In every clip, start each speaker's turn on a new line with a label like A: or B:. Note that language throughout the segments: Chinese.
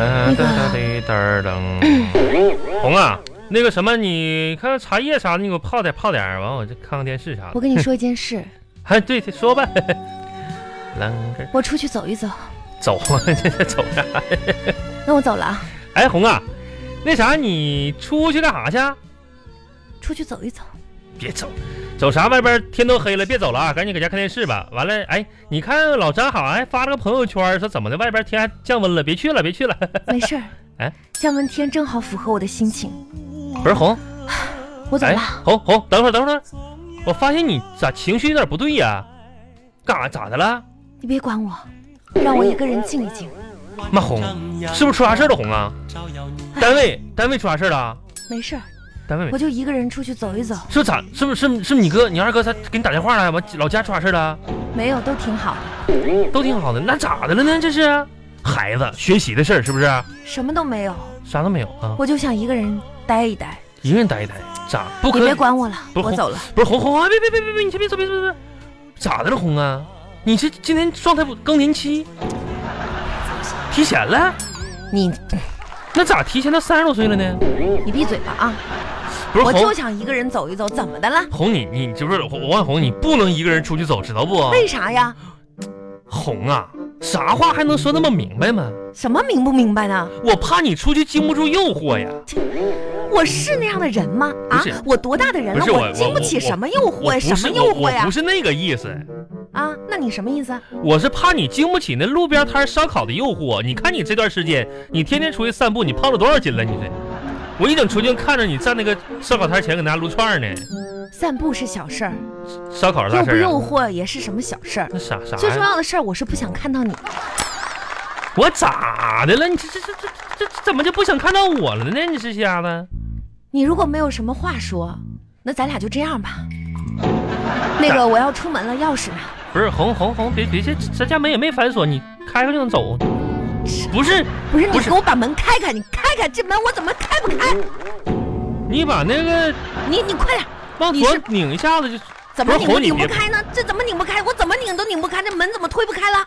A: 嗯噔噔噔噔噔。红啊，那个什么，你看看茶叶啥的，你给我泡点泡点儿，完我这看看电视啥的。
B: 我跟你说一件事，
A: 哎，对，说吧。 啷个
B: 我出去走一走。
A: 走啊， 这这走啥呀？
B: 那我走了啊，
A: 哎，红啊，那啥，你出去干啥去啊？
B: 出去走一走。
A: 别走，走啥？外边天都黑了，别走了啊！赶紧搁家看电视吧。完了，哎，你看老张好像还发了个朋友圈，说怎么的？外边天还降温了，别去了，别去了。。
B: 没事儿
A: 哎，
B: 降温天正好符合我的心情。
A: 不是红，
B: 我走
A: 哎
B: 了，，
A: 红红，等会儿，等会儿，我发现你咋情绪有点不对呀、干啥？咋的了？
B: 你别管我，让我一个人静一静。
A: 妈红，是不是出啥事儿了？红啊，单位单位出啥事儿了？
B: 没事儿，
A: 单位没
B: 我就一个人出去走一走，
A: 是不是咋？是不是是不是是不是你哥你二哥他给你打电话了？完老家出啥事儿了？
B: 没有都挺好的，嗯
A: 都挺好的，那咋的了呢？这是孩子学习的事儿是不是？
B: 什么都没有，
A: 啥都没有啊，
B: 我就想一个人待一待。
A: 一个人待一待，咋不
B: 你
A: 可以
B: 别？管我了，
A: 不是
B: 我走了。
A: 不是红红啊！别别别别别！你先别走，别走别走！咋的了红啊？你这今天状态不更年期提前了？
B: 你
A: 那咋提前到三十多岁了呢？
B: 你闭嘴吧啊！
A: 不是哦
B: 我
A: 红
B: 就想一个人走一走，怎么的了？
A: 红你你就是红王小红，你不能一个人出去走，知道不？
B: 为啥呀？
A: 红啊，啥话还能说那么明白吗？
B: 什么明不明白呢？
A: 我怕你出去经不住诱惑呀！
B: 我是那样的人吗？啊
A: 不是，
B: 我多大的人
A: 不
B: 了，
A: 是我
B: 经不起
A: 我
B: 什么诱惑
A: 我不
B: 呀？什
A: 是
B: 么诱
A: 我
B: 惑
A: 我
B: 呀
A: 不？是那个意思，
B: 啊，那你什么意思？
A: 我是怕你经不起那路边摊烧烤的诱惑。你看你这段时间，你天天出去散步，你胖了多少斤了？你这，我一整出去看着你站那个烧烤摊前搁那撸串呢，
B: 散步是小事儿，
A: 烧烤是
B: 诱
A: 大
B: 不
A: 事儿
B: 诱
A: 啊？
B: 惑也是什么小事儿。
A: 那啥啥
B: 最重
A: 呀？
B: 要的事儿，我是不想看到你。
A: 我咋的了？你这这这这这这怎么就不想看到我了呢？你这瞎子！
B: 你如果没有什么话说，那咱俩就这样吧。那个，我要出门了，钥匙呢？
A: 不是红红红，别别这咱家门也没反锁，你开开就能走。不是
B: 不是你
A: 不是
B: 给我把门开开，你开开这门，我怎么开不开？
A: 你把那个
B: 你你快点，
A: 往
B: 你
A: 左
B: 是
A: 拧一下子就，
B: 怎么
A: 不是
B: 拧都
A: 哄你
B: 拧不
A: 别
B: 开呢？这怎么拧不开？我怎么拧都拧不开，这门怎么推不开了？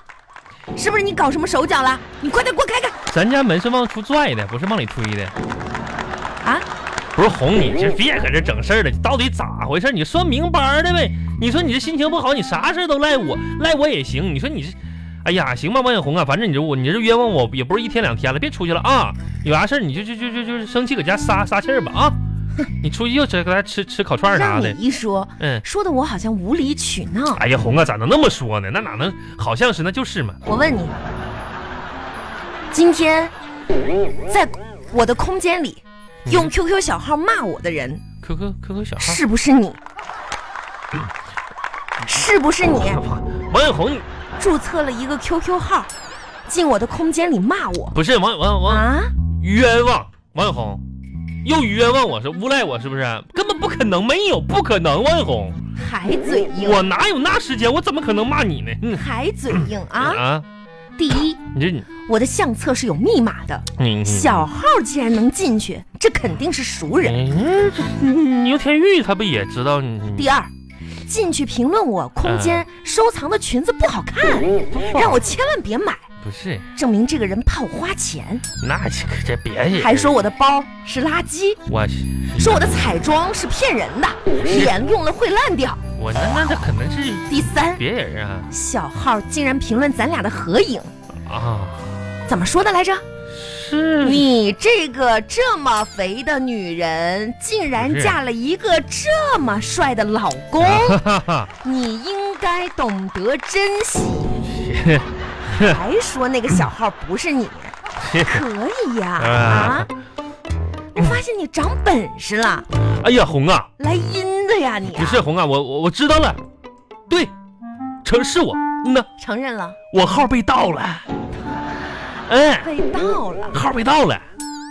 B: 是不是你搞什么手脚了？你快点给我开开！
A: 咱家门是往出拽的，不是往里推的。
B: 啊，
A: 不是哄你，这别搁这整事儿了，到底咋回事？你说明白的呗。你说你这心情不好，你啥事儿都赖我，赖我也行。你说你这，哎呀，行吧，王小红啊，反正你这我你这冤枉我也不是一天两天了，别出去了啊。有啥事儿你就就就就就生气搁家撒撒气儿吧啊。你出去又吃搁家吃吃烤串儿啥
B: 让
A: 的
B: 你，一说，
A: 嗯。
B: 说的我好像无理取闹。
A: 哎呀，红啊，咋能那么说呢？那哪能？好像是，那就是嘛。
B: 我问你，今天在我的空间里用 QQ 小号骂我的人
A: QQ QQ 小号，
B: 是不是你？是不是你
A: 王小红
B: 注册了一个 QQ 号，进我的空间里骂我
A: 不是王王王
B: 啊？
A: 冤枉王小红，又冤枉我是诬赖我是不是？根本不可能，没有不可能，王小红，
B: 还嘴硬，
A: 我哪有那时间？我怎么可能骂你呢？嗯
B: 还嘴硬啊！第一，
A: 你这你
B: 我的相册是有密码的，
A: 你你
B: 小号既然能进去，这肯定是熟人。
A: 嗯这牛天玉他不也知道你？你
B: 第二，进去评论我空间收藏的裙子不好看，让我千万别买，
A: 不是，
B: 证明这个人怕我花钱，
A: 那这可这别
B: 还说我的包是垃圾，
A: 我
B: 说我的彩妆是骗人的，脸用了会烂掉。
A: 我那那那可能是
B: 第三，
A: 别人啊
B: 小号竟然评论咱俩的合影，
A: 啊
B: 怎么说的来着？
A: 是
B: 你这个这么肥的女人，竟然
A: 不是
B: 嫁了一个这么帅的老公，
A: 哈哈哈，
B: 你应该懂得珍惜。 还说那个小号不是你，可以 呀啊
A: 啊！
B: 我发现你长本事了，
A: 哎呀红啊，
B: 来阴的 呀你啊、
A: 不是红啊，我我我知道了，对，成是我，嗯呐。
B: 承认了
A: 我号被盗了，哎，
B: 被盗了。
A: 号被盗了，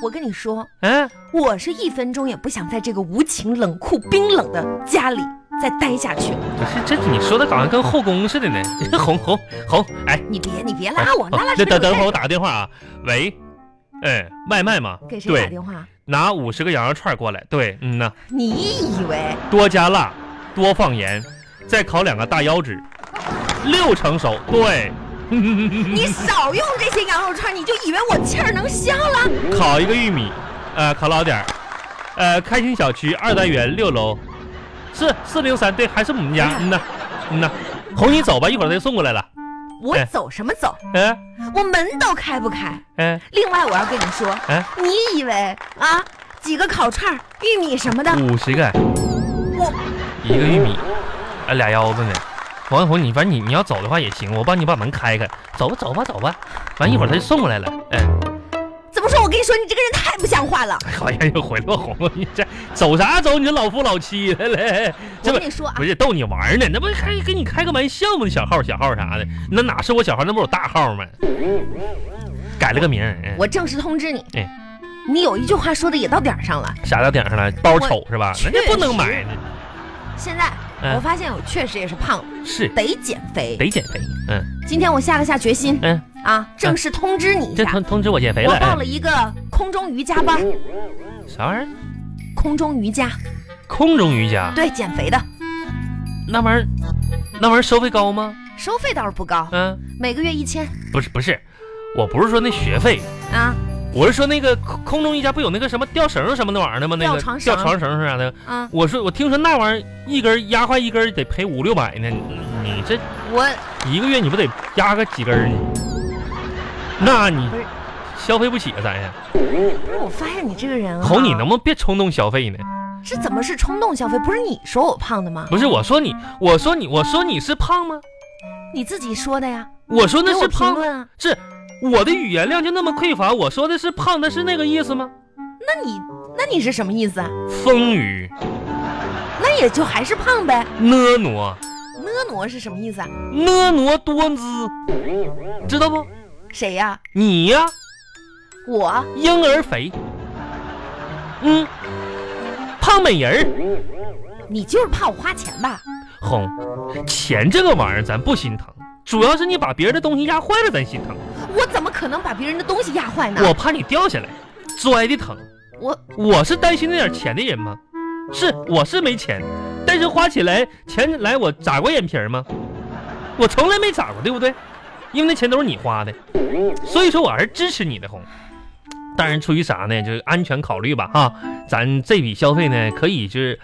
B: 我跟你说，
A: 哎，
B: 我是一分钟也不想在这个无情、冷酷、冰冷的家里再待下去。
A: 不是这你说的好像跟后宫似的呢， 红红红，哎，
B: 你别你别拉我，
A: 哦
B: 拉拉扯
A: 那
B: 扯
A: 等等
B: 干
A: 会儿我打个电话啊，喂，哎，外卖吗？
B: 给谁打
A: 对，
B: 电话？
A: 拿五十个羊肉串过来，对，嗯呐，
B: 你以为
A: 多加辣，多放盐，再烤两个大腰子，六成熟，对，
B: 你少用这些羊肉串，你就以为我气儿 能消
A: 哎
B: 了？
A: 烤一个玉米，呃，烤老点儿，呃，开心小区二单元六楼，是四零三，对，还是我们家，嗯呐，嗯呐，红，你走吧，一会儿他送过来了，
B: 我走什么走？
A: 嗯
B: 我门都开不开。
A: 嗯
B: 另外，我要跟你说，
A: 嗯，
B: 你以为啊，几个烤串儿、玉米什么的，
A: 五十个，
B: 我
A: 一个玉米，啊，俩腰子呢。王红，你反正你你要走的话也行，我帮你把门开开，走吧走吧走吧，完一会儿他就送过来了，嗯。
B: 怎么说？我跟你说，你这个人太不像话了。
A: 哎呀，又回落红了，你这走啥走？你这老夫老妻的嘞，
B: 我
A: 这
B: 跟
A: 不
B: 你说啊
A: 不，是逗你玩儿呢？那不还跟你开个玩笑吗？小号小号啥的，那哪是我小号？那不是我大号吗？改了个名儿，嗯
B: 我正式通知你
A: 哎，
B: 你有一句话说的也到点儿上了。
A: 啥到顶上了？包丑是吧？人家不能买呢，
B: 现在
A: 嗯
B: 我发现我确实也是胖了，
A: 是
B: 得减肥。
A: 得减肥。嗯
B: 今天我下了下决心
A: 嗯，
B: 啊，正式通知你一
A: 这
B: 下，
A: 通通知我减肥
B: 我
A: 了。哦
B: 报
A: 嗯
B: 了一个空中瑜伽班，
A: 啥玩意儿？
B: 空中瑜伽，
A: 空中瑜伽
B: 对，减肥的，
A: 那玩意儿，那玩意儿收费高吗？
B: 收费倒是不高，
A: 嗯，
B: 每个月一千
A: 不是不是，我不是说那学费，
B: 啊
A: 我是说那个空空中瑜伽不有那个什么吊绳什么那玩意儿的吗？那个
B: 吊床绳
A: 吊床绳啥的。
B: 啊，
A: 我说我听说那玩意儿一根儿压坏一根儿得赔五六百呢，你你这
B: 我
A: 一个月你不得压个几根儿呢？那你
B: 不是
A: 消费不起啊，咱呀。
B: 不是我发现你这个人啊，
A: 红，你能不能别冲动消费呢？
B: 这怎么是冲动消费？不是你说我胖的吗？
A: 不是我说你，我说你，我说你是胖吗？
B: 你自己说的呀，
A: 我说
B: 给
A: 那
B: 我
A: 是
B: 评
A: 胖，
B: 论啊，
A: 是我的语言量就那么匮乏。我说的是胖，那是那个意思吗？
B: 那你那你是什么意思啊？
A: 丰腴、
B: 那也就还是胖呗，
A: 婀娜、
B: 婀娜是什么意思啊？
A: 婀娜多姿，知道不？
B: 谁呀？
A: 你呀、
B: 我
A: 婴儿肥，嗯，胖美人儿，
B: 你就是怕我花钱吧？
A: 红，钱这个玩意儿咱不心疼，主要是你把别人的东西压坏了，咱心疼。
B: 我怎么可能把别人的东西压坏呢？
A: 我怕你掉下来，摔的疼。
B: 我
A: 我是担心那点钱的人吗？是，我是没钱，但是花起来钱来，我眨过眼皮儿吗？我从来没眨过，对不对？因为那钱都是你花的，所以说我还是支持你的红。当然，出于啥呢？就是安全考虑吧，哈，咱这笔消费呢，可以就是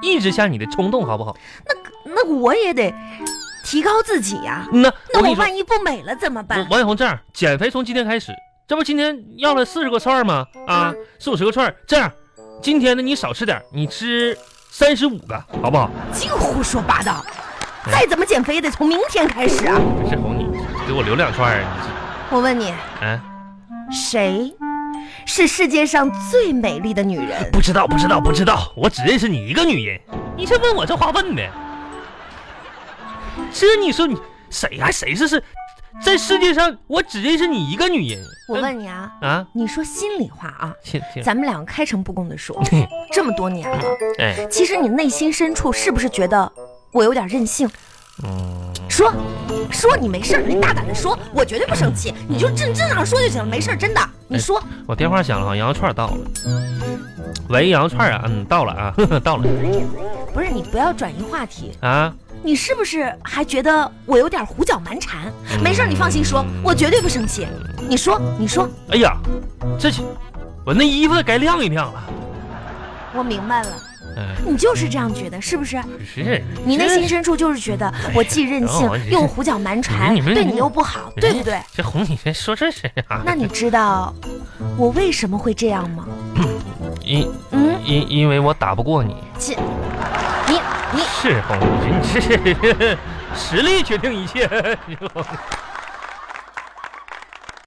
A: 抑制下你的冲动，好不好？
B: 那我也得提高自己呀、
A: 嗯呐，
B: 那
A: 跟
B: 我
A: 你说，
B: 万一不美了怎么办
A: 王？王小红这样，减肥从今天开始，这不今天要了四十个串儿吗？啊
B: 嗯，
A: 四五十个串儿，这样，今天呢你少吃点儿，你吃三十五个，好不好？
B: 净胡说八道！
A: 哎
B: 再怎么减肥也得从明天开始啊！
A: 不是哄你，给我留两串儿，
B: 我问你，
A: 你这啊？
B: 谁是世界上最美丽的女人？
A: 不知道，不知道，不知道，我只认识你一个女人。你这问我这话问的，这你说你谁呀、谁是是？在世界上，我只认识你一个女人。
B: 我问你啊，
A: 嗯啊，
B: 你说心里话啊，
A: 亲亲，
B: 咱们两个开诚布公的说，这么多年了，
A: 哎，
B: 其实你内心深处是不是觉得我有点任性？
A: 嗯，
B: 说，说你没事儿，你大胆的说，我绝对不生气，你就正正常说就行了，没事儿，真的。你说，
A: 我电话响了，好像羊肉串儿到了。喂，羊肉串儿啊，嗯，到了啊，呵 呵到了
B: 不是你不要转移话题，
A: 啊。
B: 你是不是还觉得我有点胡搅蛮缠？没事儿，你放心说，我绝对不生气。你说，你说，
A: 哎呀，这我那衣服该晾一晾了。
B: 我明白了，
A: 嗯、
B: 你就是这样觉得，是不是？
A: 不是，
B: 你内
A: 这
B: 心深处就是觉得我既任性
A: 哎呀
B: 又胡搅蛮缠
A: 你，们哎
B: 对你又不好，对不对？
A: 这哄你这说这是啊？
B: 那你知道我为什么会这样吗？
A: 因
B: 嗯，
A: 因因为我打不过你，
B: 亲，你你
A: 是哄你，你这实力决定一切。